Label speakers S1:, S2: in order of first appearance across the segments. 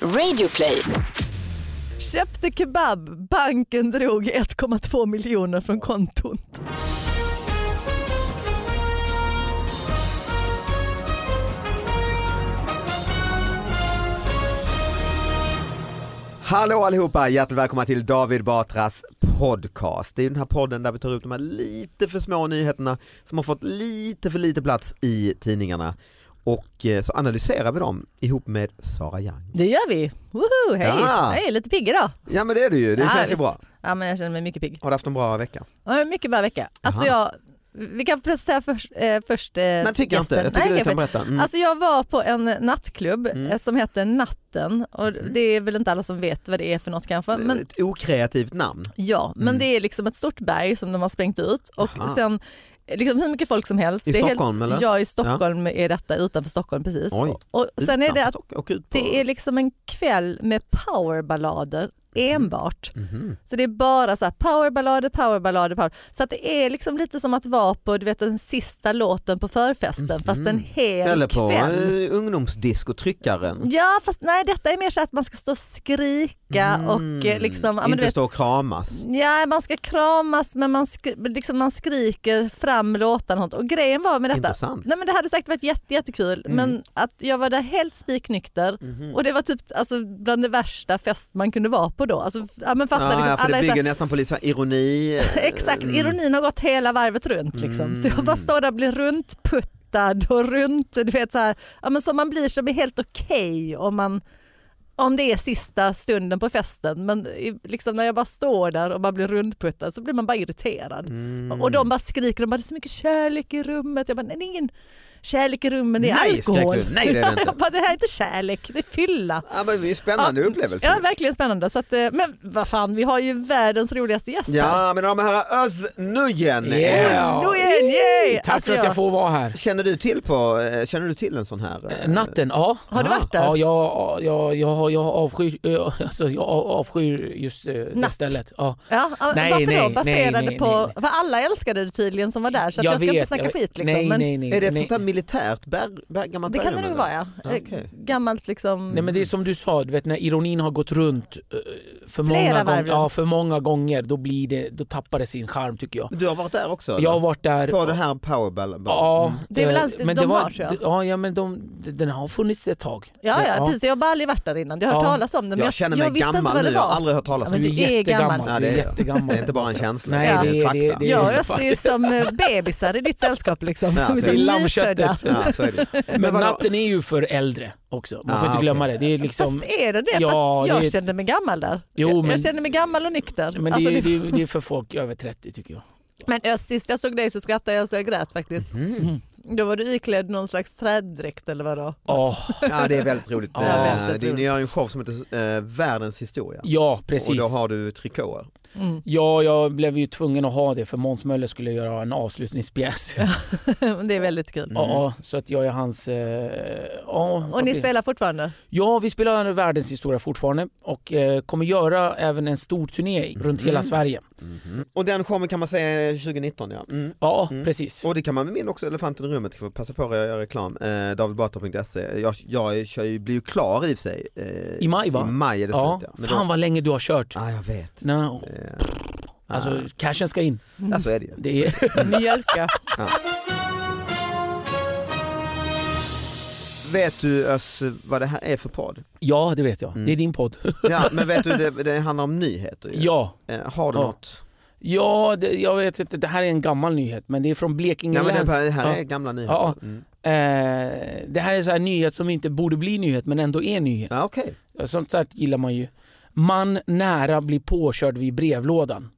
S1: Radioplay.
S2: Köpte kebab, banken drog 1,2 miljoner från kontot.
S3: Hallå allihopa, hjärtligt välkomna till David Batras podcast. Det är ju den här podden där vi tar upp de här lite för små nyheterna som har fått lite för lite plats i tidningarna och eh, så analyserar vi dem ihop med Sara Young.
S2: Det gör vi. Woho, hej.
S3: Ja.
S2: hej, lite pigg idag.
S3: Ja men det är du ju, det
S2: Ja,
S3: känns ju
S2: visst. Eh,
S3: bra.
S2: Ja, men jag känner mig mycket pigg.
S3: Har du haft en bra vecka?
S2: Ja, Mycket bra vecka. Alltså jag, vi kan presentera först, eh, först eh,
S3: Nej tycker jag inte,
S2: gästen.
S3: jag tycker
S2: Nej,
S3: du
S2: kanske
S3: kan berätta. Mm.
S2: Mm. Alltså jag var på en nattklubb eh, som heter Natten och
S3: Mm.
S2: det är väl inte alla som vet vad det är för något kanske. alltså, Men,
S3: Ett okreativt namn.
S2: ja, men det är liksom ett stort berg som de har sprängt ut och
S3: Mm. Aha.
S2: sen eh, liksom hur mycket folk som helst.
S3: I
S2: det är
S3: Stockholm,
S2: helt,
S3: eller?
S2: Ja i Stockholm är detta, utanför Stockholm precis.
S3: Oj.
S2: Och, och sen är det
S3: Utanför
S2: att
S3: Stock- och ut på...
S2: det är liksom en kväll med powerballader enbart.
S3: Mhm.
S2: Så det är bara så här powerballader, powerballader, power. Så att det är liksom lite som att vara på du vet, den sista låten på förfesten fast en hel
S3: Mhm. Eller på
S2: kväll.
S3: eh, ungdomsdiskotryckaren.
S2: Ja fast nej detta är mer så att man ska stå och skrika
S3: Mm.
S2: och eh, liksom, ja, men
S3: Inte
S2: du vet,
S3: stå och kramas.
S2: ja, man ska kramas men man, skri, liksom, man skriker fram låtarna och, sånt. och grejen var med detta,
S3: Intressant.
S2: nej, men det hade säkert varit jätte, jättekul
S3: Mm.
S2: men att jag var där helt spiknykter
S3: Mhm.
S2: och det var typ alltså, bland det värsta fest man kunde vara på då. Alltså, ja, men fatta,
S3: Ja,
S2: liksom,
S3: ja, för
S2: alla
S3: det
S2: är så
S3: bygger
S2: här,
S3: nästan på lite så här ironi.
S2: Exakt,
S3: Mm.
S2: ironin har gått hela varvet runt liksom. Så jag bara står där och blir runtputtad och runt, du vet så här, ja men som man blir som är helt okej om man om det är sista stunden på festen men i- liksom när jag bara står där och bara blir rundputtad så blir man bara irriterad.
S3: Mm.
S2: Och de bara skriker, de bara det är så mycket kärlek i rummet. Jag bara nej det är ingen kärlek i rummet, det är
S3: Nej,
S2: alkohol.
S3: skrek du. Nej, det är det inte.
S2: jag bara, det här är inte kärlek, det är fylla.
S3: Ja, men det är ju spännande upplevelse.
S2: Ja verkligen spännande. Så att, eh, men vad fan vi har ju världens roligaste gäst här.
S3: Ja, mina damer och herrar, Özz Nujen.
S4: Yeah.
S2: Då är den, yay!
S4: Tack
S2: Alltså,
S4: för att jag får vara här.
S3: eh, Känner du till på, eh, känner du till en sån här? eh,
S4: Natten, ja.
S2: Har du varit där?
S4: Ja, jag, jag, jag, jag, avskyr, eh, alltså, jag av- avskyr just eh, det
S2: Natt.
S4: stället. Ja.
S2: Ja, ja,
S4: Nej,
S2: varför då?
S4: nej,
S2: Baserade
S4: nej, nej,
S2: på,
S4: nej.
S2: för alla älskade det tydligen som var där så att jag, ska inte snacka
S4: jag-
S2: skit liksom.
S4: Nej,
S2: men
S4: nej, nej.
S3: Är det ett
S4: nej.
S3: sånt här militärt berg, berg, gammalt
S2: det kan det
S3: bergrum,
S2: nog
S3: eller?
S2: vara ja. Eh,
S3: Okej.
S2: Gammalt liksom.
S4: Nej men det är som du sa, du vet, när ironin har gått runt eh, för
S2: Flera
S4: många,
S2: varv
S4: gång,
S2: runt.
S4: ja, för många gånger då, blir det, då tappar det sin charm tycker jag.
S3: Du har varit där också? eller?
S4: Jag har varit där
S3: På det Mm. här powerball?
S4: Ja,
S2: Det är väl
S4: eh,
S2: alltid
S4: men
S2: de
S4: det var,
S2: har, tror jag.
S4: Ja, ja men de, den har funnits ett tag.
S2: ja, ja, precis. Jag har bara aldrig varit där innan. Jag har hört
S4: Ja.
S2: talas om det men
S3: Jag känner mig
S2: jag visste inte
S3: gammal
S2: vad
S3: nu,
S2: det
S3: jag har
S2: var.
S3: aldrig hört talas
S2: Ja,
S3: om
S4: Alltså, Du
S2: men
S4: är
S3: det.
S2: du är gammal.
S4: jättegammal.
S3: Ja,
S4: Du
S3: det
S4: är
S3: är-
S4: jättegammal.
S3: Det är inte bara en känsla,
S4: Nej,
S3: det är,
S4: det är-
S3: fakta.
S4: det är- det är-
S2: Ja,
S4: det alltså,
S2: jag ser ju som eh, bebisar i ditt sällskap liksom.
S3: Ja,
S2: Vi är
S3: det är
S2: som
S4: lammköttet.
S2: nyfödda.
S3: Ja, så är det.
S4: Men
S3: vadå?
S4: natten är ju för äldre också. Man
S3: Ah,
S4: får inte
S3: okej.
S4: glömma det. Det är liksom...
S2: Fast är det det?
S4: Ja,
S2: för att jag
S4: det är-
S2: kände mig gammal där.
S4: Jo,
S2: jag,
S4: men-
S2: jag kände mig gammal och nykter.
S4: Men
S2: Alltså,
S4: det, är,
S2: det-
S4: det, är, det är för folk över 30 tycker jag.
S2: Men ö, sist jag såg dig så skrattade jag så jag grät faktiskt. Då var du iklädd någon slags träddräkt eller vadå?
S4: Oh,
S3: Ja, det är väldigt roligt.
S4: Ja,
S3: Eh,
S2: väldigt
S3: det- Ni
S2: roligt.
S3: gör ju en show som heter eh, Världens historia.
S4: ja,
S3: Och
S4: precis.
S3: då har du trikåer.
S2: Mm.
S4: Ja, jag blev ju tvungen att ha det för Måns Möller skulle göra en avslutningspjäs.
S3: Mm.
S4: Ja,
S2: det är väldigt kul.
S4: ja, så att jag är hans... Eh, ja,
S2: Och ni
S4: okej.
S2: spelar fortfarande?
S4: Ja, vi spelar världens historia fortfarande och eh, kommer göra även en stor turné runt
S3: Mm.
S4: hela Sverige.
S3: Mm-hmm. Och den showen kan man säga är 2019 ja. Mm.
S4: Ja, precis.
S3: Och det kan man väl minna också, Elefanten i rummet, för att passa på att göra reklam, eh, davidbatra.se. Jag, jag kör ju, blir ju klar i och för sig. Eh,
S4: I maj, va?
S3: I maj är det
S4: Ja,
S3: slut ja. Men
S4: fan
S3: då,
S4: vad länge du har kört.
S3: ah, jag vet. Eh,
S4: No. Alltså, cashen ska in.
S3: Ja, Ah. så är det ju.
S4: Det är,
S2: Mm. Mjölka.
S3: Vet du Özz vad det här är för podd?
S4: ja, det vet jag. Det är din podd.
S3: Mm. Ja, men vet du, det, det handlar om nyheter ju.
S4: ja.
S3: Eh, har du
S4: Ja.
S3: något?
S4: Ja, det, jag vet inte. Det här är en gammal nyhet, men det är från Blekinge
S3: Nej, men
S4: läns.
S3: det, det här
S4: Ja.
S3: är gamla nyheter.
S4: Ja,
S3: Mm.
S4: Eh, det här är så här nyhet som inte borde bli nyhet, men ändå är nyhet.
S3: Ja, okej.
S4: Sånt där gillar man ju. Man nära blir påkörd vid brevlådan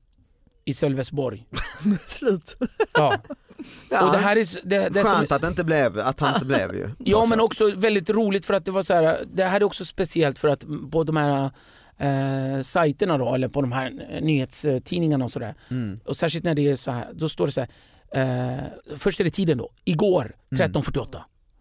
S4: i Sölvesborg.
S2: Slut.
S4: Ja.
S3: Ja,
S4: Och det här är, s- det, det är som,
S3: Skönt att det inte blev, att han inte blev ju.
S4: ja, men också väldigt roligt för att det var så här. Det här är också speciellt för att på de här eh, sajterna då, eller på de här eh, nyhetstidningarna och sådär.
S3: Mm.
S4: Och särskilt när det är så här, då står det så här. Eh, först är det tiden då, igår
S3: Mm.
S4: 13.48.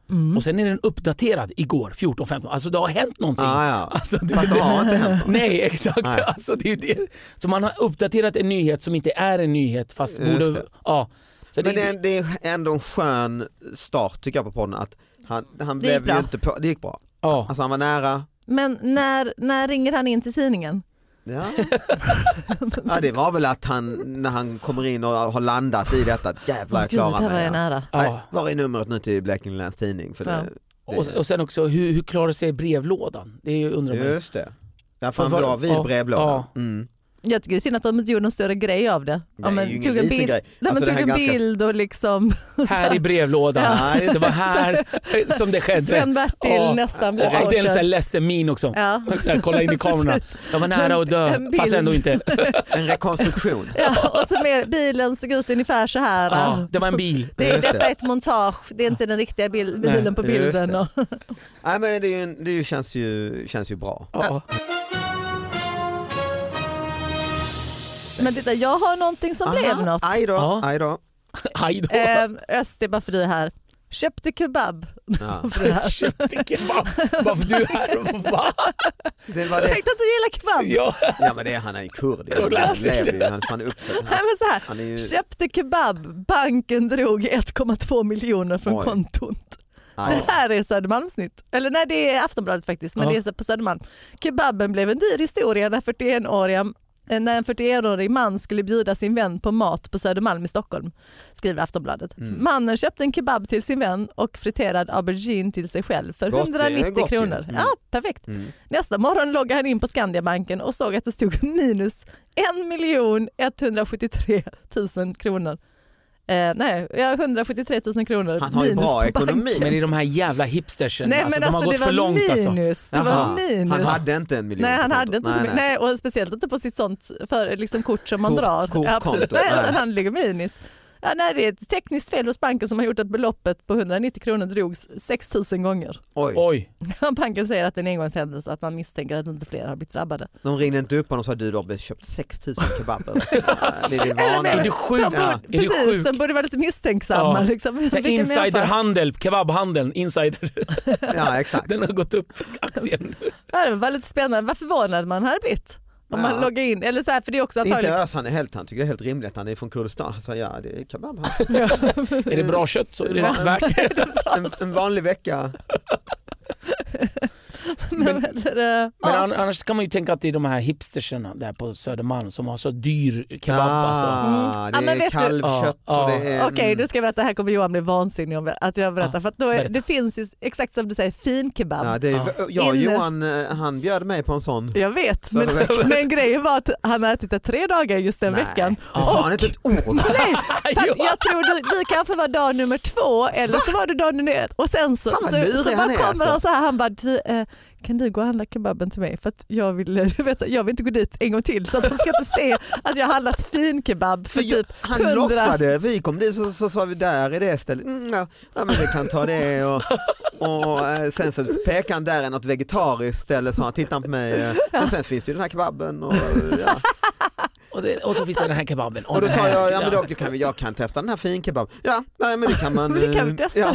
S2: Mm.
S4: Och sen är den uppdaterad igår 14.15. Alltså det har hänt någonting.
S3: Ah, ja.
S4: Alltså, du,
S3: Fast det har inte hänt något.
S4: Nej exakt.
S3: Nej.
S4: Alltså, det är ju det. Så man har uppdaterat en nyhet som inte är en nyhet fast
S3: Just
S4: borde...
S3: det.
S4: Ja. Så
S3: Men det är, det är ändå en skön start tycker jag på podden att han, han
S2: Det gick
S3: blev
S2: bra.
S3: ju inte på, det gick bra.
S4: ja.
S3: Alltså han var nära,
S2: Men när, när ringer han in till tidningen?
S3: Ja. ja, det var väl att han, när han kommer in och har landat i detta, jävlar jag
S2: Gud,
S3: klarar
S2: där var
S3: mig.
S2: jag
S3: Ja.
S2: nära.
S3: Nej, Var är numret nu till Blekinge Läns Tidning? För det, det,
S4: Och, och sen också, hur, hur klarar sig brevlådan? Det är ju undrar man ju.
S3: Just det. Ja, fan
S4: Var-
S3: bra vid
S4: ja,
S3: brevlådan.
S4: ja.
S3: Mm.
S2: Jag tycker det är synd att de inte gjorde någon större grej av det.
S3: Det är ju ingen
S2: tog en
S3: liten
S2: bild,
S3: grej.
S2: Nej,
S3: Alltså,
S2: men
S3: det här
S2: tog en
S3: ganska-
S2: bild och liksom
S4: Här i brevlådan.
S3: Ja, just
S4: Det var här som det skedde.
S2: Sven-Bertil
S4: Ja.
S2: nästan blev
S4: Och alltid en sån här
S2: påkörd.
S4: ledsen min också.
S2: Ja.
S4: Så här, kolla in i kamerorna.
S2: Precis.
S4: Jag var nära att dö,
S2: En bild.
S4: fast ändå inte.
S3: En rekonstruktion.
S2: Ja, och så med bilen såg ut ungefär så här.
S4: Ja, det var en bil.
S2: Det är,
S3: Just
S2: detta
S3: det.
S2: är ett montage, det är inte den riktiga bil,
S4: Nej,
S2: bilen på
S3: just
S2: bilden.
S3: det.
S2: Och,
S3: Nej, men det, är ju en, det är ju- känns, ju, känns ju bra.
S4: Ja.
S2: men titta, jag har någonting som blev något.
S3: Aj då,
S4: Ja.
S3: aj då.
S4: Aj då.
S2: Ehm, Öst, det är bara för dig här. Köpte kebab.
S3: Ja.
S2: För dig här.
S4: Köpte kebab. Varför du är här? Va?
S3: Det var det.
S2: Tänkte att du gillar kebab.
S4: Ja.
S3: Ja men det är han, han är ju kurd.
S4: Kurd.
S3: Han lever ju, han är fan uppfödd.
S2: Nej,
S3: Han,
S2: men så här.
S3: han är ju...
S2: Köpte kebab, banken drog 1,2 miljoner från
S3: Oj.
S2: kontot.
S3: Aj.
S2: Det här är Södermalmsnytt. Eller nej det är Aftonbladet faktiskt men
S4: Ja.
S2: det är på Södermalm. Kebaben blev en dyr historia när 41-åriga eh, när en 41-årig man skulle bjuda sin vän på mat på Södermalm i Stockholm, skriver Aftonbladet.
S3: Mm.
S2: Mannen köpte en kebab till sin vän och friterad aubergine till sig själv för
S3: Gott, det är
S2: 190
S3: gott ju.
S2: kronor.
S3: Mm.
S2: Ja, perfekt.
S3: Mm.
S2: Nästa morgon loggade han in på Skandiabanken och såg att det stod minus 1 173 000 kronor. Eh, nej, ja, 173 000 kronor
S3: Han har ju
S2: minus
S3: bra
S2: på banken.
S3: ekonomi.
S4: Men det är de här jävla hipstersen.
S2: Nej,
S4: alltså,
S2: men
S4: de har
S2: alltså,
S4: gått
S2: det var
S4: för långt alltså.
S2: minus. Det
S3: Jaha,
S2: var minus.
S3: Han hade inte en miljon
S2: Nej,
S3: på
S2: han hade
S3: kontot.
S2: inte så mycket. Nej, och speciellt inte på sitt sånt för, liksom, kort som man
S4: Kort-
S2: drar.
S3: kortkonto,
S2: Absolut. Nej,
S3: nej.
S2: utan han ligger minus. Ja, nej, det är ett tekniskt fel hos banken som har gjort att beloppet på 190 kronor drogs 6 000 gånger.
S3: Oj,
S4: Oj,
S2: Banken säger att det är en engångshändelse och att man misstänker att inte fler har blivit drabbade.
S3: de ringde inte upp honom och sa du du har köpt 6000 kebaber. Vi vill varna
S4: är
S3: dig.
S4: du sjuk?
S2: De
S3: Ja.
S2: borde,
S4: Är du
S2: precis,
S4: sjuk?
S2: de borde vara lite misstänksamma.
S4: Ja.
S2: Liksom.
S4: Så här
S2: Vilken jämförelse.
S4: Insiderhandel, kebabhandeln, insider.
S3: Ja exakt.
S4: Den har gått upp, aktien.
S2: Ja, det var lite spännande. Vad förvånad man hade blivit om
S3: Ja.
S2: man loggar in. Eller så här, för det är också
S3: Det är inte
S2: antagligen...
S3: ös, han är helt, han tycker det är helt rimligt, han är från Kurdistan. Han sa ja det är kebab här.
S4: Är det bra kött så är det
S3: Ja.
S4: värt det.
S3: En, en vanlig vecka.
S2: Men, men,
S4: Men
S2: ja.
S4: an- annars kan man ju tänka att det är de här hipsterserna där på Södermalm som har så dyr kebab. Alltså.
S3: Ah,
S2: Mm. Ja,
S3: det
S2: men
S3: är
S2: vet du-
S3: kalvkött
S4: Ja,
S3: och
S4: ja.
S3: det är...
S2: Okej, nu ska jag berätta. Här kommer Johan bli vansinnig om att jag berättar.
S4: Ja,
S2: För att då är,
S4: berätta.
S2: Det finns ju, exakt som du säger, fin kebab.
S3: Ja, det är,
S4: Ja.
S3: jag och
S2: Inne.
S3: Johan, eh, han bjöd mig på en sån.
S2: Jag vet, men,
S3: Förra veckan.
S2: men grejen var att han har ätit det tre dagar just den
S3: Nej,
S2: veckan.
S3: Det sa han inte ett ord.
S2: Nej, för
S4: Ja.
S2: att jag tror du, du kanske var dag nummer två eller så var du dag nummer ett och sen så,
S3: Fan, vad lurig
S2: så, så
S3: han
S2: bara
S3: är,
S2: kommer
S3: alltså.
S2: han så här, han bara du, eh, kan du gå och handla kebaben till mig för att jag vill, du vet, jag vill inte gå dit en gång till så att de ska inte se att jag har handlat fin kebab för,
S3: För jag,
S2: typ
S3: han
S2: 100.
S3: låtsade, vi kom dit så, så sa vi där är det stället, mm, ja, ja men vi kan ta det och, och eh, sen så pekade han där är något vegetariskt ställe så han tittade på mig eh, men sen finns det ju den här kebaben och, eh, ja.
S4: Och, det, och så finns det den här kebaben.
S3: och då
S4: den
S3: sa
S4: här.
S3: jag, ja men då då kan vi, jag kan testa den här finkebab. Ja, nej men det kan man.
S2: Men det kan
S3: eh,
S2: vi testa.
S3: Ja.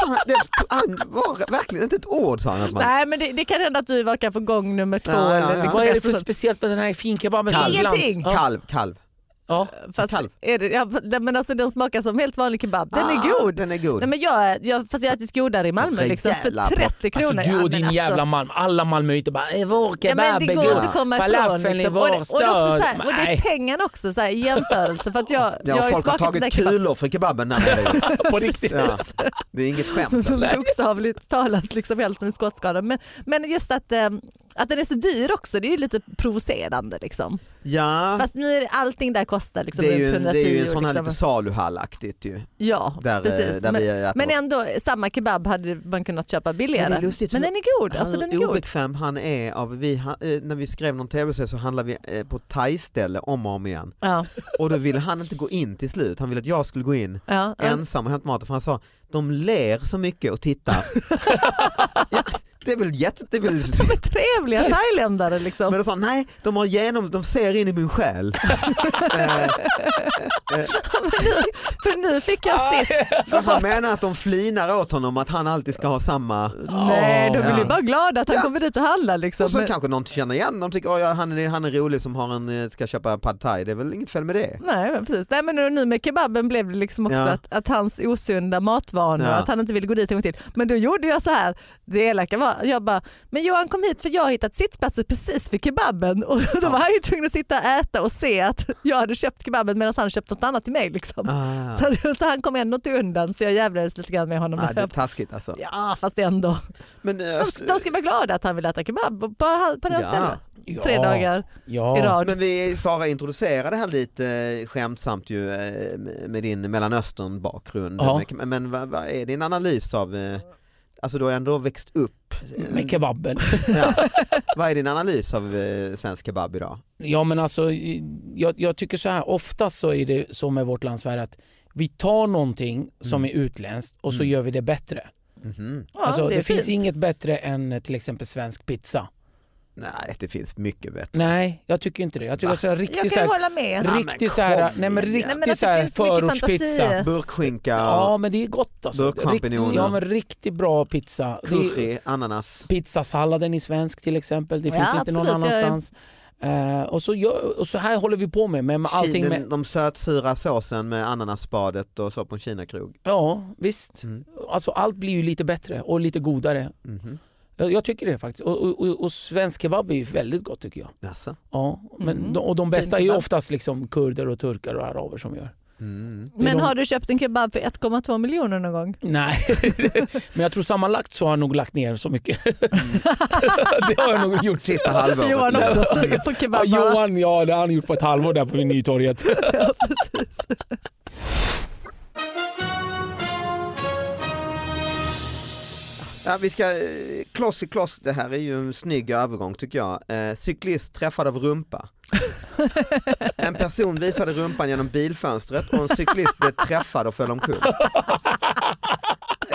S3: Fan, det, han var verkligen inte ett ord sa han att man.
S2: Nej men det, det kan hända att du var kanske gång nummer två.
S3: Ja, ja, ja.
S2: Eller liksom
S4: Vad är det
S2: ett
S4: för
S2: sånt.
S4: speciellt med den här finkebaben? som
S3: Kalv.
S4: glans?
S2: Ingenting. Alltså,
S4: Ja.
S3: Kalv, kalv.
S4: Ja.
S2: Fast
S3: Kalv.
S2: är det, ja, den- men alltså, den smakar som helt vanlig kebab. Den
S3: Ah,
S2: är god.
S3: Den är god.
S2: Nej, men jag, jag, fast jag har ätit godare i Malmö
S3: Rejäla
S2: liksom, för
S3: plock.
S2: 30 kronor.
S4: Alltså du
S2: Ja,
S4: och
S2: men
S4: din
S2: alltså-
S4: jävla Malm, alla Malmöiter bara "Eh, vår
S2: Ja,
S4: kebab
S2: men det går
S4: är
S2: inte
S4: god,
S2: att komma ifrån.
S4: falafeln i
S2: Liksom.
S4: vår
S2: Och, det, och, det är också så här, och det är
S4: Nej,
S2: pengarna också så här, i jämförelse. För att jag, jag
S3: ja,
S2: har ju
S3: folk har
S2: smakat den där
S3: tagit
S2: kebaben.
S3: kulor för kebaben. Nej,
S4: på riktigt.
S3: ja. Det är inget skämt. Alltså.
S2: Bokstavligt talat liksom helt med skottskada. Men, men just att, eh, att den är så dyr också, det är ju lite provocerande. Liksom.
S3: Ja.
S2: Fast nu är det, allting där kostar liksom,
S3: det är
S2: runt
S3: ju,
S2: 110.
S3: det är ju en sån här
S2: liksom.
S3: lite saluhallaktigt ju.
S2: ja,
S3: Där, eh,
S2: precis.
S3: där
S2: men,
S3: vi äter
S2: men
S3: oss.
S2: ändå, samma kebab hade man kunnat köpa billigare.
S3: Men det är lustigt
S2: Men
S3: hur-
S2: den är god. Alltså,
S3: Hur
S2: den är god.
S3: obekväm han är av, vi, ha- eh, när vi skrev någon tv-serie så handlade vi eh, på thai-ställe om och om igen
S2: Ja,
S3: och då ville han inte gå in till slut, han ville att jag skulle gå in
S2: ja, ja.
S3: ensam och hämta maten för han sa de ler så mycket och tittar. ja, det är väl jätte... Det är väl...
S2: De är trevliga thailändare liksom.
S3: Men då sa han, nej de, har genom, de ser in i min själ.
S2: För nu fick jag
S3: Ah,
S2: sist.
S3: För han menar att de flinar åt honom att han alltid ska ha samma
S2: Nej, de
S4: Ja.
S2: är ju bara glada att han
S3: Ja.
S2: kommer dit och handlar. Liksom.
S3: Och så
S2: Men-
S3: kanske någon känner igen dem och tycker "Åh, ja, han, är, han är rolig som har en, eh, ska köpa pad thai, det är väl inget fel med det.
S2: Nej, men precis. Nej, men nu med kebaben blev det liksom också
S3: Ja.
S2: att, att hans osunda matvanor,
S3: Ja.
S2: att han inte ville gå dit en gång till. Men då gjorde jag så här, det elaka var sa, jag bara, men Johan kom hit för jag har hittat sittplatser precis vid kebaben och då var han ju tvungen att sitta och äta och se att jag hade köpt kebaben medan han köpt något annat till mig. Liksom.
S3: Ah.
S2: Så, att- så han kom ändå inte undan så jag jävlades lite grann med honom.
S3: Ah, det är
S2: där.
S3: taskigt alltså.
S2: Ja fast ändå.
S3: Men, eh,
S2: De, de ska vara glada att han vill äta kebab på, på, på det här
S3: Ja.
S2: stället.
S4: Ja,
S2: Tre dagar
S4: ja.
S2: i rad.
S3: men vi, Sara introducerade här lite eh, skämtsamt ju eh, med din Mellanöstern-bakgrund.
S4: Ja.
S3: Men, men vad, vad är din analys av, eh, alltså du har ändå växt upp. eh,
S4: Med kebaben.
S3: ja. Vad är din analys av eh, svensk kebab idag?
S4: Ja men alltså, jag, jag tycker så här, oftast så är det så med vårt land Sverige att vi tar någonting som är utländskt och så
S3: Mm.
S4: gör vi det bättre.
S3: Mhm.
S2: Ja,
S4: alltså, det
S2: är
S4: finns
S2: fint.
S4: inget bättre än eh, till exempel svensk pizza.
S3: Nej, det finns mycket bättre.
S4: Nej, jag tycker inte det. Jag tycker
S3: Va?
S4: alltså en riktig
S2: Jag
S4: så
S2: kan
S4: här,
S2: hålla med.
S3: Ja, men
S4: riktig så här,
S3: kom
S4: nej men
S3: igen.
S4: riktig
S2: Nej, men att
S4: så
S2: det
S4: här
S2: finns så mycket
S4: förortspizza.
S2: fantasi.
S3: Burkskinka,
S4: Ja men det är gott alltså.
S3: Burkchampinjoner.
S4: Riktigt- Ja men riktigt bra pizza. Det är-
S3: curry, ananas.
S4: pizzasalladen i svensk till exempel. Det
S2: Ja,
S4: finns inte någon
S2: absolut, jag är-
S4: annanstans. Eh, och, så gör, och så här håller vi på med, med med allting.
S3: Ki-
S4: Med,
S3: den, de sötsura såsen med ananasspadet och så på en kinakrog.
S4: ja visst,
S3: Mm.
S4: alltså, allt blir ju lite bättre och lite godare.
S3: Mhm.
S4: Jag, jag tycker det faktiskt. Och, och- och, och svensk kebab är ju väldigt gott tycker jag.
S3: Jaså?
S4: Ja, men
S2: Mm.
S4: de, och de bästa är ju
S2: kebab.
S4: oftast liksom kurder och turkar och araber som gör.
S3: Mm.
S4: Det är
S2: Men
S4: de-
S2: har du köpt en kebab för 1,2 miljoner någon gång?
S4: Nej, men jag tror sammanlagt så har jag nog lagt ner så mycket. det har jag nog gjort.
S3: Sista halvåret.
S2: Johan
S3: nu.
S2: också på
S4: Ja,
S2: kebab.
S4: Johan, ja det har han gjort på ett halvår där på Nytorget.
S3: Ja, vi ska, eh, kloss i kloss, det här är ju en snygg övergång tycker jag. Eh, cyklist träffad av rumpa. En person visade rumpan genom bilfönstret och en cyklist blev träffad och föll omkull.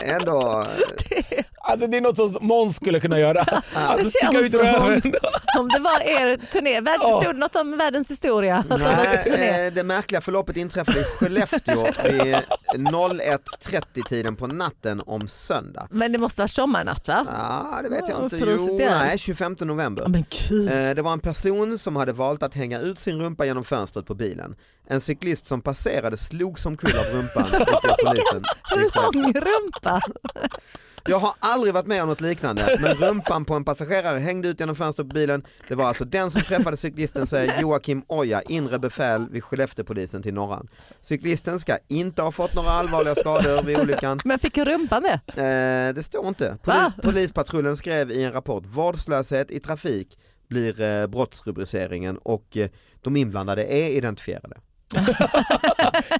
S3: Ändå, eh,
S4: Alltså det är något som Måns skulle kunna göra. Alltså
S2: Det
S4: sticka
S2: känns
S4: ut
S2: som-
S4: röven.
S2: Om det var er turné, världs,
S4: Ja.
S2: stod det något om världens historia?
S3: nej, eh, det märkliga förloppet inträffade i Skellefteå vid 01.30 tiden på natten om söndag.
S2: Men det måste vara sommarnatt va?
S3: Ja, det vet jag
S2: Ja,
S3: inte.
S2: frusit
S3: Jo,
S2: igen.
S3: nej, 25 november.
S2: Ja, men gud.
S3: Eh, Det var en person som hade valt att hänga ut sin rumpa genom fönstret på bilen. En cyklist som passerade slog som kul av rumpan. viskade polisen. i Skellefteå.
S2: Lång rumpa.
S3: Jag har aldrig varit med om något liknande men rumpan på en passagerare hängde ut genom fönstret på bilen. Det var alltså den som träffade cyklisten säger Joakim Oja, inre befäl vid Skellefteåpolisen till Norran. Cyklisten ska inte ha fått några allvarliga skador vid olyckan.
S2: Men fick rumpan det?
S3: Eh, det står inte. Poli-
S2: Va?
S3: Polispatrullen skrev i en rapport vårdslöshet i trafik blir eh, brottsrubriceringen och eh, de inblandade är identifierade.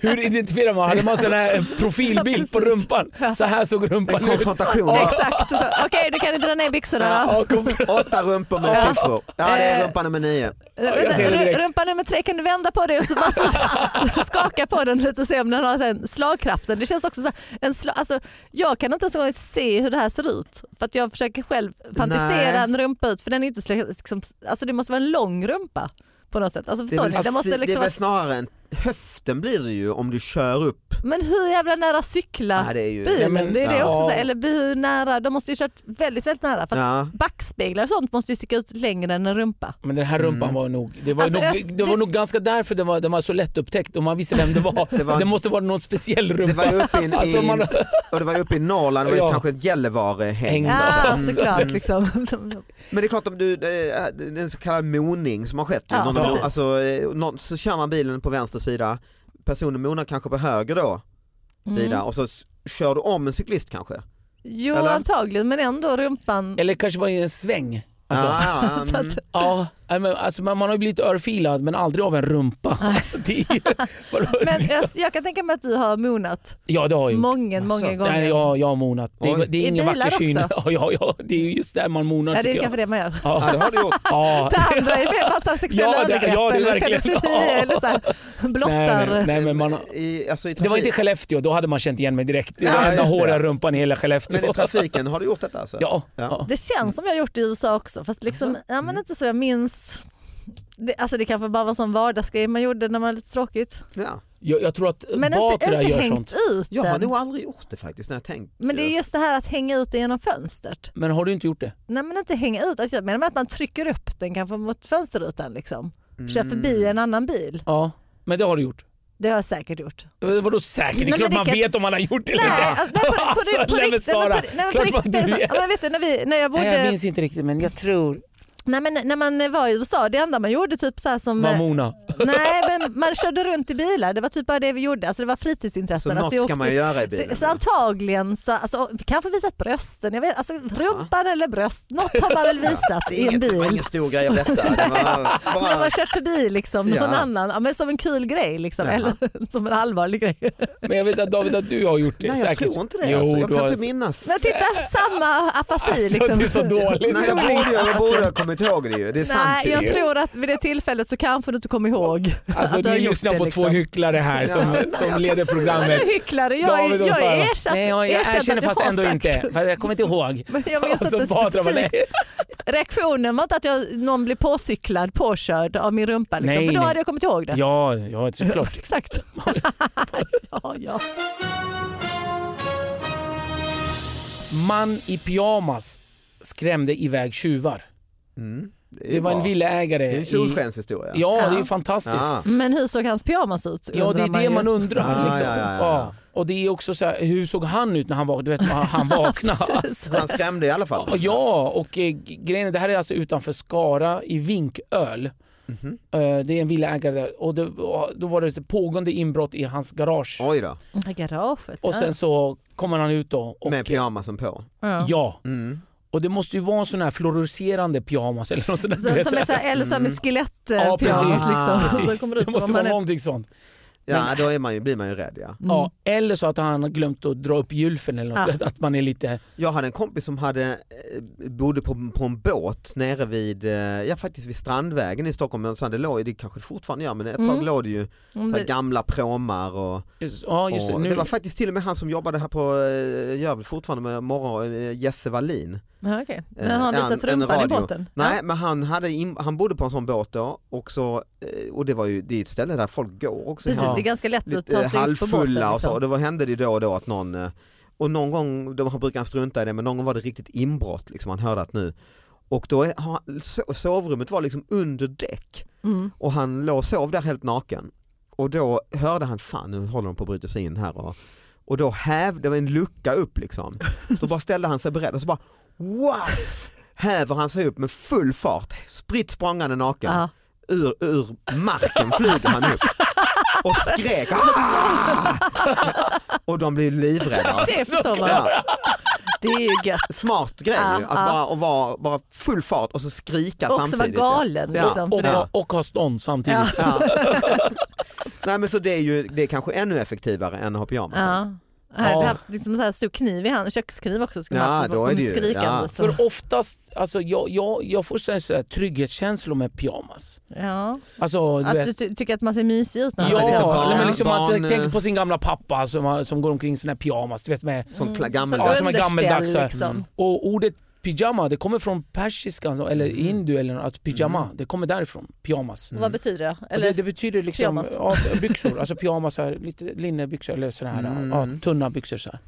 S4: Hur identifierar man? Hade man sån här eh, profilbild på rumpan? Så här såg
S3: En
S4: rumpan ut.
S3: konfrontation.
S2: Exakt. Så, Okej, du kan inte dra ner byxorna. va?
S4: Ja, kom.
S3: Åtta rumpor med
S2: Ja.
S3: siffror. Ja det är
S2: Eh.
S3: rumpa nummer nio.
S4: jag
S2: Vänta,
S4: ser det direkt.
S2: rumpa nummer tre, kan du vända på det och så bara så, skaka på den lite och se om den har den slagkraften. Det känns också så här, en sla, alltså, jag kan inte ens en gång se hur det här ser ut. För att jag försöker själv fantisera
S3: Nej.
S2: en rumpa ut för den är inte slä- liksom, alltså, det måste vara en lång rumpa på något sätt. Alltså,
S3: Det är,
S2: förstår
S3: väl,
S2: ni? Det måste
S3: det är
S2: liksom,
S3: väl
S2: vara-
S3: snarare en höften blir det ju om du kör upp.
S2: men hur jävla nära cykla
S3: Ja, det är ju,
S4: Nej,
S2: bilen?
S4: men-
S2: det är det
S4: ja.
S2: också. Så här, eller hur nära, de måste ju kört väldigt, väldigt nära. För att
S3: ja.
S2: Backspeglar och sånt måste ju sticka ut längre än en rumpa.
S4: Men den här rumpan var nog, det var,
S2: Alltså,
S4: nog,
S2: jag-
S4: det var
S2: det-
S4: nog ganska därför den var, den var så lättupptäckt och man visste vem det var.
S3: Det
S4: Det,
S3: var-
S4: måste vara någon speciell
S3: Det
S4: rumpa.
S3: var ju uppe i,
S4: Alltså,
S3: i,
S4: man-
S3: och det var ju uppe i Norrland, det var ju
S4: Ja.
S3: kanske ett Gällivare-häng.
S4: Häng.
S3: så att säga.
S2: Ja,
S3: Mm.
S2: såklart.
S3: Mm.
S2: Liksom.
S3: Men det är klart om du, eh, den så kallade moning som har skett, ju.
S2: Ja,
S3: någon, av-
S2: precis.
S3: alltså, eh, någon, så kör man bilen på vänster sida, personen monar kanske på höger då,
S2: Mm.
S3: sida och så s- kör du om en cyklist kanske.
S2: Jo
S3: Eller?
S2: antagligen men ändå rumpan.
S4: Eller kanske var det en sväng. Alltså,
S3: Ah,
S2: Så
S3: mm.
S2: att,
S4: ja, nej, men alltså, man man har ju blivit örfilad men aldrig av en rumpa. Alltså, det är ju, vadå?
S2: men jag, jag kan tänka mig att du har monat
S4: ja det har jag gjort.
S2: många, många
S3: Alltså,
S2: gånger.
S4: Nej, jag, jag har monat. Det,
S3: Oj.
S4: är- det
S2: I
S4: är ingen
S2: bilar
S4: vacker syn.
S2: också?
S4: Ja, ja, ja, det är ju just där man monar
S2: ja, det är
S4: tycker jag.
S2: kanske det man gör.
S3: ja, det har du gjort.
S4: Ja.
S2: Det andra är massa sexuella
S4: Ja, det-
S2: övergrepp
S4: ja, det är
S2: eller
S4: verkligen-
S2: pedofili
S4: ja.
S2: eller så här, blottar.
S4: Nej, nej, nej, men man,
S3: I, alltså, i trafik,
S4: det var inte i Skellefteå, då hade man känt igen mig direkt. Det
S3: Ja,
S4: var den enda
S3: just det.
S4: håriga rumpan i hela
S3: men i
S4: Skellefteå.
S3: trafiken har du gjort detta alltså?
S4: Ja,
S3: Ja.
S4: ja.
S2: Det känns som jag har gjort det i USA också fast liksom,
S4: Alltså?
S2: ja,
S4: Mm.
S2: men inte så jag minns. Det, alltså det kanske bara var en sån vardagsgrej man gjorde när man var lite tråkigt.
S3: Ja.
S4: Jag, jag tror att
S2: Men inte,
S4: Batra
S2: inte
S4: gör
S2: hängt
S4: sånt.
S2: ut
S3: Jag har
S2: den.
S3: nog aldrig gjort det faktiskt när jag tänkt. eh,
S2: Men det är just det här att hänga ut den genom fönstret.
S4: Men har du inte gjort det?
S2: Nej men inte hänga ut, alltså, jag menar med att man trycker
S3: Mm.
S2: upp den kanske mot fönsterrutan liksom. Kör förbi en annan bil.
S4: Ja, men det har du gjort.
S2: Det har jag säkert gjort.
S4: Vadå säkert? Det är
S2: Nej,
S4: klart
S2: men
S4: man
S2: Rickard-
S4: vet om man har gjort det eller
S2: Nej,
S4: inte.
S2: alltså, nej, på- på- på- på
S4: Alltså, nej, men
S2: riktigt- nej, men
S4: Sara,
S2: på- nej, men på
S4: klart
S2: riktigt alltså,
S4: man
S2: är det så.
S4: vet.
S2: Ja, men vet du, när vi- när jag
S4: Jag
S2: bodde-
S4: minns inte riktigt men jag tror...
S2: Nej, men När man var i USA, det enda man gjorde typ så här som...
S4: Var Mona?
S2: Nej, men man körde runt i bilar. Det var typ bara det vi gjorde. Alltså, det var fritidsintressen.
S3: Så
S2: att vi
S3: något ska
S2: åkte-
S3: man ju göra i
S2: Så,
S3: bilen.
S2: så antagligen så, alltså, kanske visat brösten, jag vet, alltså, rumpan eller bröst, något har man väl visat
S3: Det är
S2: i en
S3: inget- Det var
S2: bil.
S3: ingen stor grej av detta. Det var
S2: När
S3: bara...
S2: man kört förbi liksom, någon
S3: Ja.
S2: annan, ja, men som en kul grej liksom,
S3: Ja.
S2: eller som en allvarlig grej.
S4: Men jag vet att David att du har gjort det.
S3: Nej jag
S4: säkert.
S3: tror inte det.
S4: Jo,
S3: alltså. Jag
S4: du
S3: kan
S4: har-
S3: inte minnas.
S2: Men titta, samma afasi.
S4: Alltså,
S2: liksom.
S4: det är så dåligt.
S3: Nej, jag, borde, jag borde ha kommit ihåg det ju. Det är sant
S2: Alltså- Nej,
S3: ju.
S2: jag tror att vid det tillfället så kanske du inte kommer ihåg
S4: Alltså,
S2: att du har
S4: ni
S2: gjort
S4: lyssnar
S2: det.
S4: på
S2: liksom.
S4: två hycklare här som, som leder
S2: Men
S4: programmet.
S2: du är hycklare, jag, är-
S4: David och
S2: jag
S4: Sara.
S2: är ersatt,
S4: Nej, jag, jag
S2: erkänt
S4: erkänner
S2: att jag
S4: fast
S2: har
S4: ändå
S2: sagt.
S4: inte. För jag kommer inte ihåg. Alltså,
S2: Men jag minns
S4: Och så
S2: inte
S4: badar man-
S2: specifikt. Reaktionen var inte att jag, någon blev påcyklad, påkörd av min rumpa liksom,
S4: Nej,
S2: för då
S4: nej.
S2: hade jag kommit ihåg det.
S4: Ja, ja, såklart.
S2: Exakt. ja, ja.
S4: Man i pyjamas skrämde iväg tjuvar.
S3: Det, är
S4: Det var en
S3: bra.
S4: villaägare.
S3: Det är en solskenshistoria.
S4: I... Ja, det är
S2: Ja.
S4: ju fantastiskt.
S3: Ah.
S2: Men hur såg hans pyjamas ut?
S4: Ja, det
S2: undrar
S4: är det
S2: ju.
S4: man undrar.
S3: Ah,
S4: liksom.
S3: ja, ja, ja.
S4: Och det är också så här, hur såg han ut när han, vak- du vet, när han vaknade?
S2: Precis.
S3: Han skrämde i alla fall.
S4: Ja, Ja, och eh, g- grejen är, det här är alltså utanför Skara i Vinköl. Eh, Det är en villaägare där och, det, och då var det ett pågående inbrott i hans garage.
S3: Oj då,
S2: I Garaget.
S4: Och sen så kommer han ut då. Och,
S3: med pyjamasen på.
S2: Ah. ja. Ja.
S4: Ja,
S3: Mm.
S4: och det måste ju vara en sån här fluorescerande pyjamas eller något sånt där. du
S2: Så, Alltså,
S4: vet,
S2: som är så här, eller så här med
S4: Ja,
S2: skelettpyjamas.
S4: precis.
S2: liksom. Så
S4: Precis.
S2: kommer ut
S4: Det
S2: som
S4: måste
S2: om
S4: vara
S2: han är- Mm.
S4: någonting sånt.
S3: Ja, då är man ju, blir man ju rädd ja.
S4: Ja, eller så att han har glömt att dra upp gylfen eller något.
S2: Ah.
S4: Att man är lite...
S3: Jag hade en kompis som hade, eh, bodde på, på en båt nere vid, eh, ja faktiskt vid Strandvägen i Stockholm, men så hade det låg, det kanske det fortfarande gör, men ett tag
S2: Mm.
S3: låg det ju
S2: Om
S3: så här
S2: det-
S3: gamla pråmar och,
S4: Just, ja, just det.
S3: och
S4: Nu,
S3: det var faktiskt till och med han som jobbade här på, eh, gör väl fortfarande med morgon, eh, Jesse Wallin.
S2: Ja, okej.
S3: Eh,
S2: Men har han
S3: en-
S2: visat
S3: en
S2: rumpan i
S3: radio.
S2: båten?
S3: Nej men han, hade in, han bodde på en sån båt då och, så, eh, och det var ju det är ett ställe där folk går också.
S2: Precis,
S4: Ja.
S2: det är ganska lätt att
S3: lite
S2: ta sig
S3: eh,
S2: upp på båten.
S3: halvfulla och så.
S2: liksom.
S3: Och det var, hände det då och då att någon, eh, och någon gång, de brukar han strunta i det, men någon gång var det riktigt inbrott, liksom, han hörde att nu. Och då är, har- so- sovrummet var liksom under däck
S2: Mm.
S3: och han låg och sov där helt naken. Och då hörde han, fan nu håller de på att bryta sig in här. Och, och då hävde, det var en lucka upp liksom. Då bara ställde han sig beredd och så bara, waff! Häver han sig upp med full fart, spritt språngande naken
S2: Ja.
S3: ur, ur marken flyger han upp och skrek "Ah!" och de blir livrädda.
S2: Det förstår man.
S3: Ja,
S2: Det är ju gött.
S3: smart grej
S2: Ja,
S3: ju, att
S2: ja.
S3: bara, och vara, bara full fart och så skrika
S2: Också vara
S3: samtidigt.
S2: galen.
S3: Ja.
S2: Liksom, för
S4: och,
S2: det.
S4: ha- och ha stånd samtidigt.
S2: Ja.
S3: Ja. Nej men så det är ju det är kanske ännu effektivare än att ha pyjamasen.
S2: Ja. Här,
S4: Ja.
S2: det här, liksom så här stor kniv i handen, kökskniv också skulle
S3: Ja,
S2: man haft liksom.
S3: då är det ju,
S2: skrikande.
S3: ja.
S2: som-
S4: För oftast, alltså, jag, jag, jag får sån här trygghetskänslor med pyjamas.
S2: ja.
S4: Alltså, du
S2: Att
S4: vet,
S2: du ty- tycker att man ser mysig ut när man har pyjamas.
S4: Ja,
S3: barn-
S4: eller men liksom att
S3: barn,
S4: jag tänker
S3: eh,
S4: på sin gamla pappa som, har- som går omkring i sån här pyjamas. Du vet, med,
S3: Som
S2: Mm.
S3: kla- Alltså,
S4: Ja,
S3: gammeldags.
S4: som en gammeldags, Mm.
S2: Underställ, liksom.
S4: så här. och ordet pyjama det kommer från persiskan eller
S3: Mm.
S4: hindu eller något, alltså pyjama. Det kommer därifrån, pyjamas.
S2: Och Vad betyder det?
S4: Eller, det,
S2: Eller,
S4: det betyder liksom
S2: pyjamas.
S4: ja, byxor, alltså pyjamas, så här, lite linnebyxor eller sådana här
S3: Mm.
S4: ja, tunna byxor. Så här.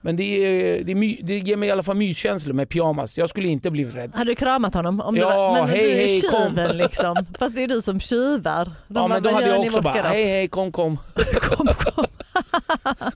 S4: Men det, är, det, är my, det ger mig i alla fall myskänslor med pyjamas. Jag skulle inte bli rädd.
S2: hade du kramat honom? Om
S4: Ja,
S2: du var, men
S4: hej,
S2: du är
S4: hej, kom.
S2: tjuven liksom. Fast det är du som tjuvar. De
S4: Ja,
S2: bara,
S4: men då
S2: "Vad
S4: hade
S2: gör
S4: jag
S2: ni i
S4: också
S2: vårt
S4: bara,
S2: garage?"
S4: hej hej kom kom.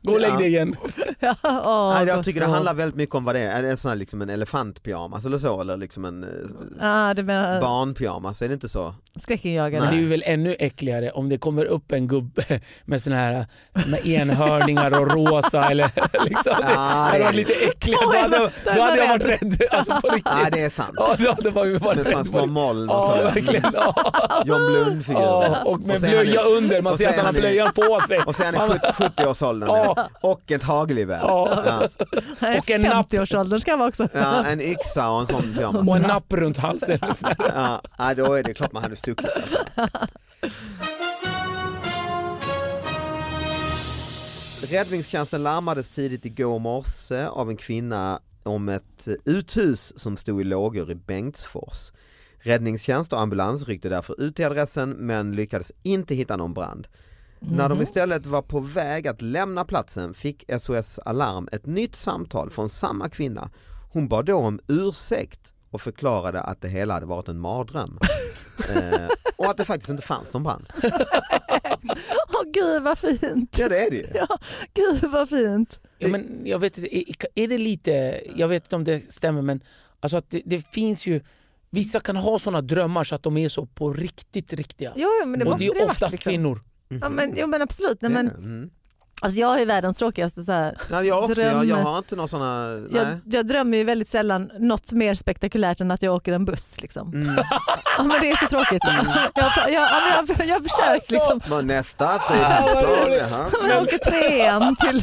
S4: Gå och lägg
S3: Ja.
S4: dig igen.
S2: Ja, åh,
S3: Nej, jag
S2: gott
S3: tycker det
S2: så.
S3: handlar väldigt mycket om vad det är. Är det en sån här liksom en elefantpyjamas eller så eller liksom en eh,
S2: Ja, det med
S3: barnpyjamas? Är det inte så?
S2: skräckinjagare.
S4: Men det är
S3: Nej.
S4: ju väl ännu äckligare om det kommer upp en gubbe med sån här med enhörningar och rosa eller liksom. Det
S3: Ja,
S4: hade
S3: det,
S4: varit
S3: är,
S4: lite äckligt.
S2: Då
S4: Då
S2: är man-
S4: hade,
S2: då är
S4: då hade
S2: man
S4: jag varit rädd. Alltså på riktigt.
S3: ja, det är sant.
S4: Ja, då hade man ju
S3: Med
S4: varit
S3: sådana
S4: rädd.
S3: små
S4: på-
S3: moln och
S4: Ja,
S3: så. Mm.
S4: verkligen. Ja,
S3: John Blund-figuren.
S4: Ja, och med
S3: så är han
S4: blöja
S3: ju-
S4: under. Man
S3: och
S4: ser
S3: så
S4: att
S3: är
S4: han har
S3: han ju-
S4: blöjan på sig.
S3: Och sen är han 70 70-årsåldern
S4: Ja.
S3: och ett hagelgevär.
S4: Ja.
S3: Ja.
S2: Nej,
S4: och en napp.
S2: 50-årsåldern ska vara också.
S3: Ja, en yxa och en sån pyjamas.
S4: Och en napp runt halsen.
S3: Ja, ja, då är det klart man hade stuckit. Alltså. Räddningstjänsten larmades tidigt igår morse av en kvinna om ett uthus som stod i lågor i Bengtsfors. Räddningstjänst och ambulans ryckte därför ut till adressen men lyckades inte hitta någon brand. När de istället var på väg att lämna platsen fick SOS Alarm ett nytt samtal från samma kvinna. Hon bad då om ursäkt och förklarade att det hela hade varit en mardröm. eh, och att det faktiskt inte fanns någon brand.
S2: Åh gud vad fint.
S3: Ja det är det ju.
S2: Ja, gud vad fint.
S4: Ja, men jag vet inte, är, är det lite, jag vet inte om det stämmer men alltså att det, det finns ju, vissa kan ha sådana drömmar så att de är så på riktigt riktiga.
S2: Jo, jo, men det
S4: och
S2: måste
S4: det är
S2: ju
S4: oftast
S2: varit, liksom.
S4: kvinnor.
S2: Ja, men, jo men absolut. Nej,
S3: Det är
S2: men,
S3: det. Mm.
S2: alltså, jag är världens tråkigaste så här.
S3: Ja, jag också, jag, jag
S2: Dröm.
S3: har inte några sådana, nej.
S2: Jag, jag drömmer ju väldigt sällan något mer spektakulärt än att jag åker en buss. Liksom.
S3: Mm.
S2: Ja, men det är så tråkigt. Jag, jag, jag, jag, jag, jag försöker liksom.
S3: Men nästa friidrottslag,
S4: roligt.
S3: jaha.
S2: Ja, men Jag åker trean till...
S4: Vet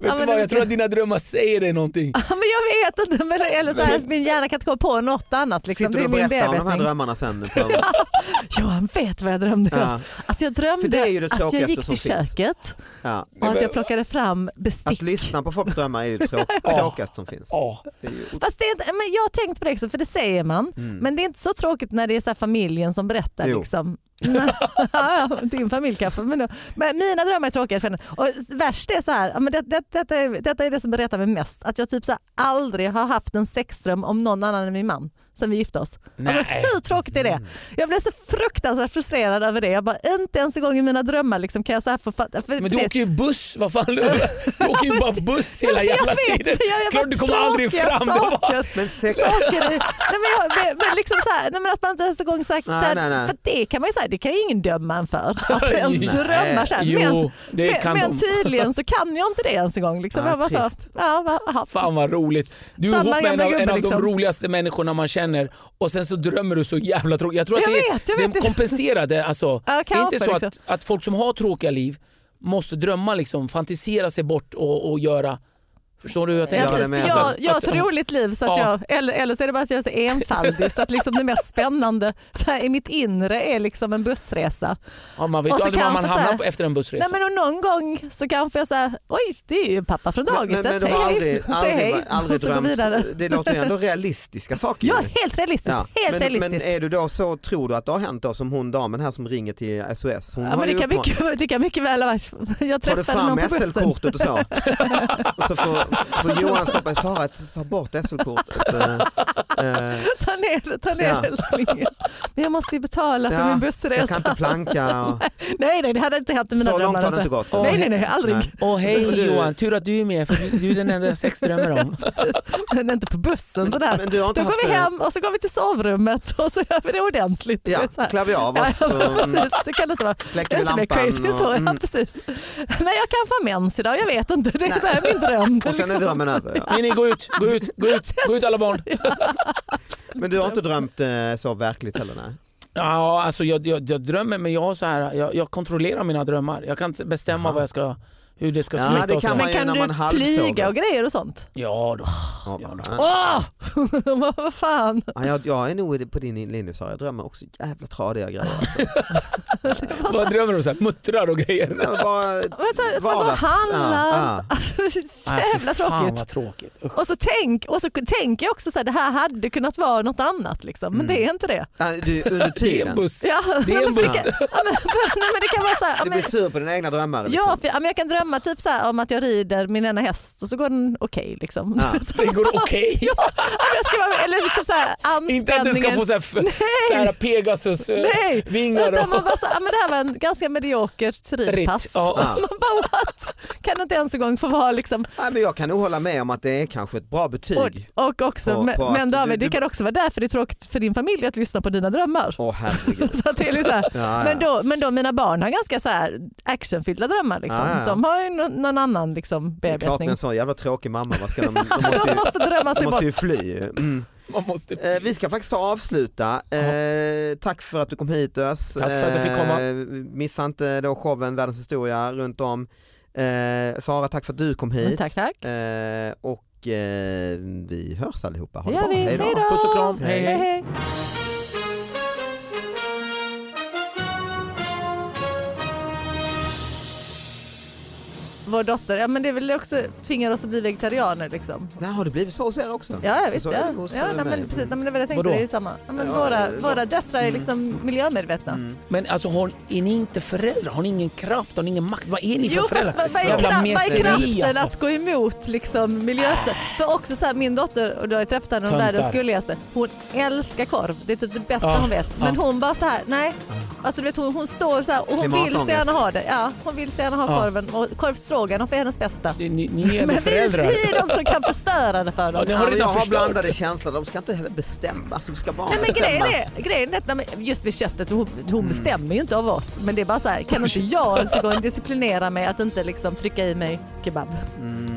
S4: du
S2: men
S4: vad,
S2: det-
S4: jag tror att dina drömmar säger dig någonting.
S2: Ja, men jag vet inte, men, eller så här, min hjärna kan inte komma på något annat. Liksom. Det
S3: Sitter du
S2: är
S3: och
S2: min
S3: berättar om de här
S2: bearbetning.
S3: drömmarna sen? liksom?
S2: Johan vet vad jag drömde om.
S3: Ja.
S2: Alltså jag drömde
S3: För det är ju det
S2: att jag
S3: tråkigaste
S2: gick
S3: som
S2: till
S3: finns.
S2: köket
S3: Ja.
S2: och att jag plockade fram
S3: Att
S2: bestick.
S3: lyssna på folks drömmar är ju det tråk- tråkigaste som finns.
S4: Ja.
S3: Det är ju ot-
S2: Fast det är inte, men jag har tänkt på det också, för det säger man.
S4: Mm.
S2: Men det är inte så tråkigt när det är så här familjen som berättar.
S3: Jo.
S2: Liksom. Ja, Din familj kanske. Men, då- men mina drömmar är tråkiga. för henne. Och värst är så här, ja, men det, det, detta, är, detta är det som berättar mig mest. Att jag typ så här aldrig har haft en sexdröm om någon annan än min man sen vi gifte oss. Alltså,
S4: Nej. Mm.
S2: hur tråkigt är det? Jag blev så fruktansvärt frustrerad över det. Jag bara, inte ens en gång i mina drömmar liksom, kan jag så här få fatta. för-
S4: Men
S2: för
S4: du
S2: det-
S4: åker ju buss, vad fan. Du åker ju bara buss hela
S2: jag
S4: jävla
S2: vet,
S4: tiden.
S2: men jag- jag
S4: Klart
S2: bara
S4: du kommer aldrig
S2: tråkiga
S4: fram. Det var-
S2: saker.
S3: Men sex,
S2: saker. i- nej, men, jag, men, men liksom så här, nej, men att man inte ens en gång sagt
S3: Nej,
S2: där,
S3: nej, nej.
S2: För det kan man ju säga, det kan ju ingen döma en för. Alltså ens
S4: Nej.
S2: drömmar så här. Men,
S4: Jo, det
S2: men,
S4: kan
S2: men
S4: de.
S2: tydligen så kan jag inte det ens en gång. Liksom.
S3: Ja,
S2: jag bara så,
S3: trist.
S2: ja, va, aha.
S4: Fan vad roligt. Du är
S2: Samma
S4: ihop med en
S2: gamla
S4: av, en
S2: gubbe,
S4: av
S2: liksom.
S4: de roligaste människorna man känner och sen så drömmer du så jävla tråkigt. Jag tror att
S2: Jag
S4: det,
S2: vet, jag
S4: är,
S2: vet.
S4: det är kompenserade. Alltså,
S2: Ja,
S4: det är inte
S2: kanske,
S4: så
S2: liksom.
S4: att, att folk som har tråkiga liv måste drömma, liksom, fantisera sig bort och, och göra... Förstår du hur jag
S2: Ja,
S4: tänker?
S3: håller
S2: precis,
S3: med.
S2: för jag,
S4: Alltså,
S2: jag har
S4: att-
S2: ett roligt liv så att
S4: Ja.
S2: jag, eller, eller så är det bara att jag är så enfaldig så att liksom det mest spännande så här, i mitt inre är liksom en bussresa.
S4: Ja, man vet
S2: Och
S4: ju
S2: så
S4: aldrig var man
S2: kanske så
S4: hamnar
S2: här-
S4: på efter en bussresa.
S2: Nej, men och någon gång så kanske jag säger oj det är ju pappa från
S3: men, men,
S2: dagiset,
S3: men de
S2: hej
S3: har
S2: hej,
S3: aldrig,
S2: Säg
S3: aldrig,
S2: hej.
S3: aldrig
S2: Och så går
S3: drömt,
S2: vidare.
S3: det låter ju ändå realistiska saker.
S2: Ja
S3: ju.
S2: helt realistiskt,
S3: Ja.
S2: helt
S3: men,
S2: realistiskt.
S3: men är du då så, tror du att det har hänt då som hon damen här som ringer till SOS? Hon
S2: Ja,
S3: har
S2: men det,
S3: ju
S2: kan
S3: uppmanat-
S2: mycket, det kan mycket väl ha varit. Jag
S3: Tar du
S2: träffade någon
S3: fram
S2: på bussen.
S3: SL-kortet och så? och så får, får Johan stoppa i Sara, ta bort SL-kortet. Eh, eh,
S2: Ta ner det, ta ner
S3: Ja.
S2: det. älskling. Men jag måste ju betala för
S3: Ja,
S2: min
S3: jag kan
S2: bussresa.
S3: inte planka. Och,
S2: Nej, nej, det hade inte hänt i mina
S3: så långt
S2: drömmar.
S3: har det inte
S2: inte.
S3: gått.
S2: Nej, nej, nej, aldrig.
S3: Nej.
S4: Åh
S3: Du-
S4: hej Johan, tur att du är med för du är den enda jag sex drömmer om.
S2: Men inte på bussen sådär.
S3: Men du har inte
S2: Då
S3: haft
S2: går vi
S3: eh,
S2: hem och så går vi till sovrummet och så gör vi det ordentligt. Det
S3: Ja,
S2: är så här.
S3: klaviav och
S2: Ja,
S3: så mm,
S2: precis, så kan det inte vara.
S3: släcker
S2: Det är
S3: vi
S2: inte mer
S3: lampan.
S2: crazy
S3: och,
S2: så. Ja,
S3: mm,
S2: precis. Nej, jag kan få mens idag, jag vet inte. Det är
S3: Nej.
S2: så här min dröm.
S3: och sen är drömmen över. Ja.
S4: Ni gå ut, gå ut, gå ut, gå ut alla barn.
S3: Men du har inte drömt eh, så verkligt heller? Nej.
S4: Ja, alltså jag, jag, jag drömmer men jag, har så här, jag, jag kontrollerar mina drömmar. Jag kan inte bestämma vad jag ska, hur det ska
S3: Ja,
S4: sluta.
S3: det
S4: och
S3: kan
S4: så.
S3: man
S2: Men
S3: ju
S2: kan
S3: när
S2: du
S3: man halvsover.
S2: flyga och grejer och sånt?
S4: Ja, då.
S3: Ja,
S4: Ja,
S3: nej.
S2: Åh! Vad fan.
S3: Ja, jag, jag är nog på din linje Sara, jag drömmer också jävla tradiga grejer. Alltså.
S4: Vad drömmer du om? Så här, muttrar och grejer?
S3: Nej, men bara
S2: Men så här, vadå
S3: vardags-
S2: Halland?
S3: Ja,
S2: Alltså,
S4: Nej, fy
S2: jävla
S4: Fan
S2: tråkigt.
S4: vad tråkigt. Usch.
S2: Och så, tänk, och så tänker jag också så här, det här hade kunnat vara något annat liksom, men det är inte det.
S3: ja. Ja, Du, under
S4: Mm. Det är en
S3: tiden.
S4: buss.
S2: Ja,
S4: Det är en buss.
S2: ja, men, för, nej, men det kan vara så här, ja,
S3: Du
S2: men,
S3: blir sur på dina egna drömmar. Liksom.
S2: ja, för, ja, men jag kan drömma typ så här, om att jag rider min ena häst och så går den okej. liksom.
S3: Ja.
S4: Det går okej.
S2: Ja, men jag ska vara, eller liksom så här, anspänningen.
S4: Inte att den ska få så här, f- så här Pegasus eh,
S2: Nej,
S4: vingar
S2: utan man
S4: och
S2: bara så, ja, men det här var en ganska mediokert ridpass.
S4: ritt. Ja.
S3: Ja.
S2: Man bara what? Kan du inte ens en gång få vara liksom,
S3: Nej, men jag kan nog hålla med om att det är kanske ett bra betyg.
S2: Och, och också,
S3: På-
S2: men-
S3: på att
S2: men David,
S3: du-
S2: det kan också vara därför det är tråkigt för din familj att lyssna på dina drömmar.
S3: Åh herregud.
S2: Så att det är liksom, så här.
S3: Ah, Ja, ja.
S2: men, då, men då mina barn har ganska så här actionfyllda drömmar. Liksom.
S3: Ah, Ja, ja.
S2: De har ju nå- någon annan liksom,
S3: Det är klart med
S2: bearbetning. Alltså,
S3: en sån jävla tråkig mamma, vad ska de, de, måste,
S2: De
S3: ju,
S2: måste drömma
S3: de
S2: sig bort.
S3: måste ju fly. Mm.
S4: Man måste...
S3: Eh, vi ska faktiskt ta och avsluta. Eh, tack för att du kom hit Ös.
S4: Tack för att jag fick komma.
S3: Eh, missa inte då showen Världens historia runt om. Eh, Sara, tack för att du kom
S2: Men
S3: hit.
S2: Tack, tack.
S3: Eh, och eh, vi hörs allihopa. Ha
S2: Det gör
S3: det bra.
S2: vi.
S3: Hej då.
S2: Hej då.
S4: Puss och kram.
S3: Hej.
S2: Hej, hej. Vår dotter, ja men det är väl också tvingar oss att bli vegetarianer liksom.
S3: Nej, har det blivit så hos er också?
S2: Ja, jag
S3: För
S2: visst.
S3: så
S2: Ja.
S3: är det hos,
S2: Ja,
S3: eh,
S2: nej,
S3: mig.
S2: men precis, nej, men det var det jag tänkte,
S4: Vadå?
S2: det är ju samma. Ja, men
S3: Ja, Mm.
S2: våra,
S3: eh,
S2: våra döttrar är liksom miljömedvetna.
S4: Men alltså har, är ni inte föräldrar? Har ni ingen kraft? Har ni ingen makt? Vad är ni
S2: Jo
S4: för föräldrar?
S2: fast vad, vad, är,
S4: Jävla
S2: kra- vad är
S4: meseri,
S2: kraften
S4: alltså.
S2: att gå emot liksom, miljöförstöring? För också så här, min dotter, och du har ju träffat henne, hon är
S4: Töntar.
S2: världens gulligaste, hon älskar korv. Det är typ det bästa
S4: Ja,
S2: hon vet. Men
S4: ja.
S2: hon bara så här, nej, Alltså, du vet, hon, hon står så här och hon vill så
S3: Klimatångest.
S2: gärna ha det. Ja, hon vill så gärna ha
S4: Ja.
S2: korven och korvstroganoff är hennes bästa.
S4: Det- Ni, ni är ändå
S2: Men vi är,
S4: föräldrar.
S2: vi är de som kan förstöra det för
S4: Ja,
S2: dem.
S4: ni
S3: Ja,
S4: har
S3: men jag
S4: redan
S3: har
S4: förstört.
S3: blandade känslor, de ska inte heller bestämma. Alltså, de ska bara
S2: Nej, men grejen
S3: bestämma. Mm.
S2: är, grejen är att nej, men just vid köttet, hon, hon bestämmer ju inte av oss. Men det är bara så här, kan inte jag ens en gång disciplinera mig att inte liksom trycka i mig kebab?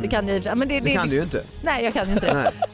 S2: Det kan jag i och för sig. men det,
S3: Mm. Det kan
S2: är,
S3: du ju inte.
S2: Nej, jag kan ju inte det.
S3: Nej.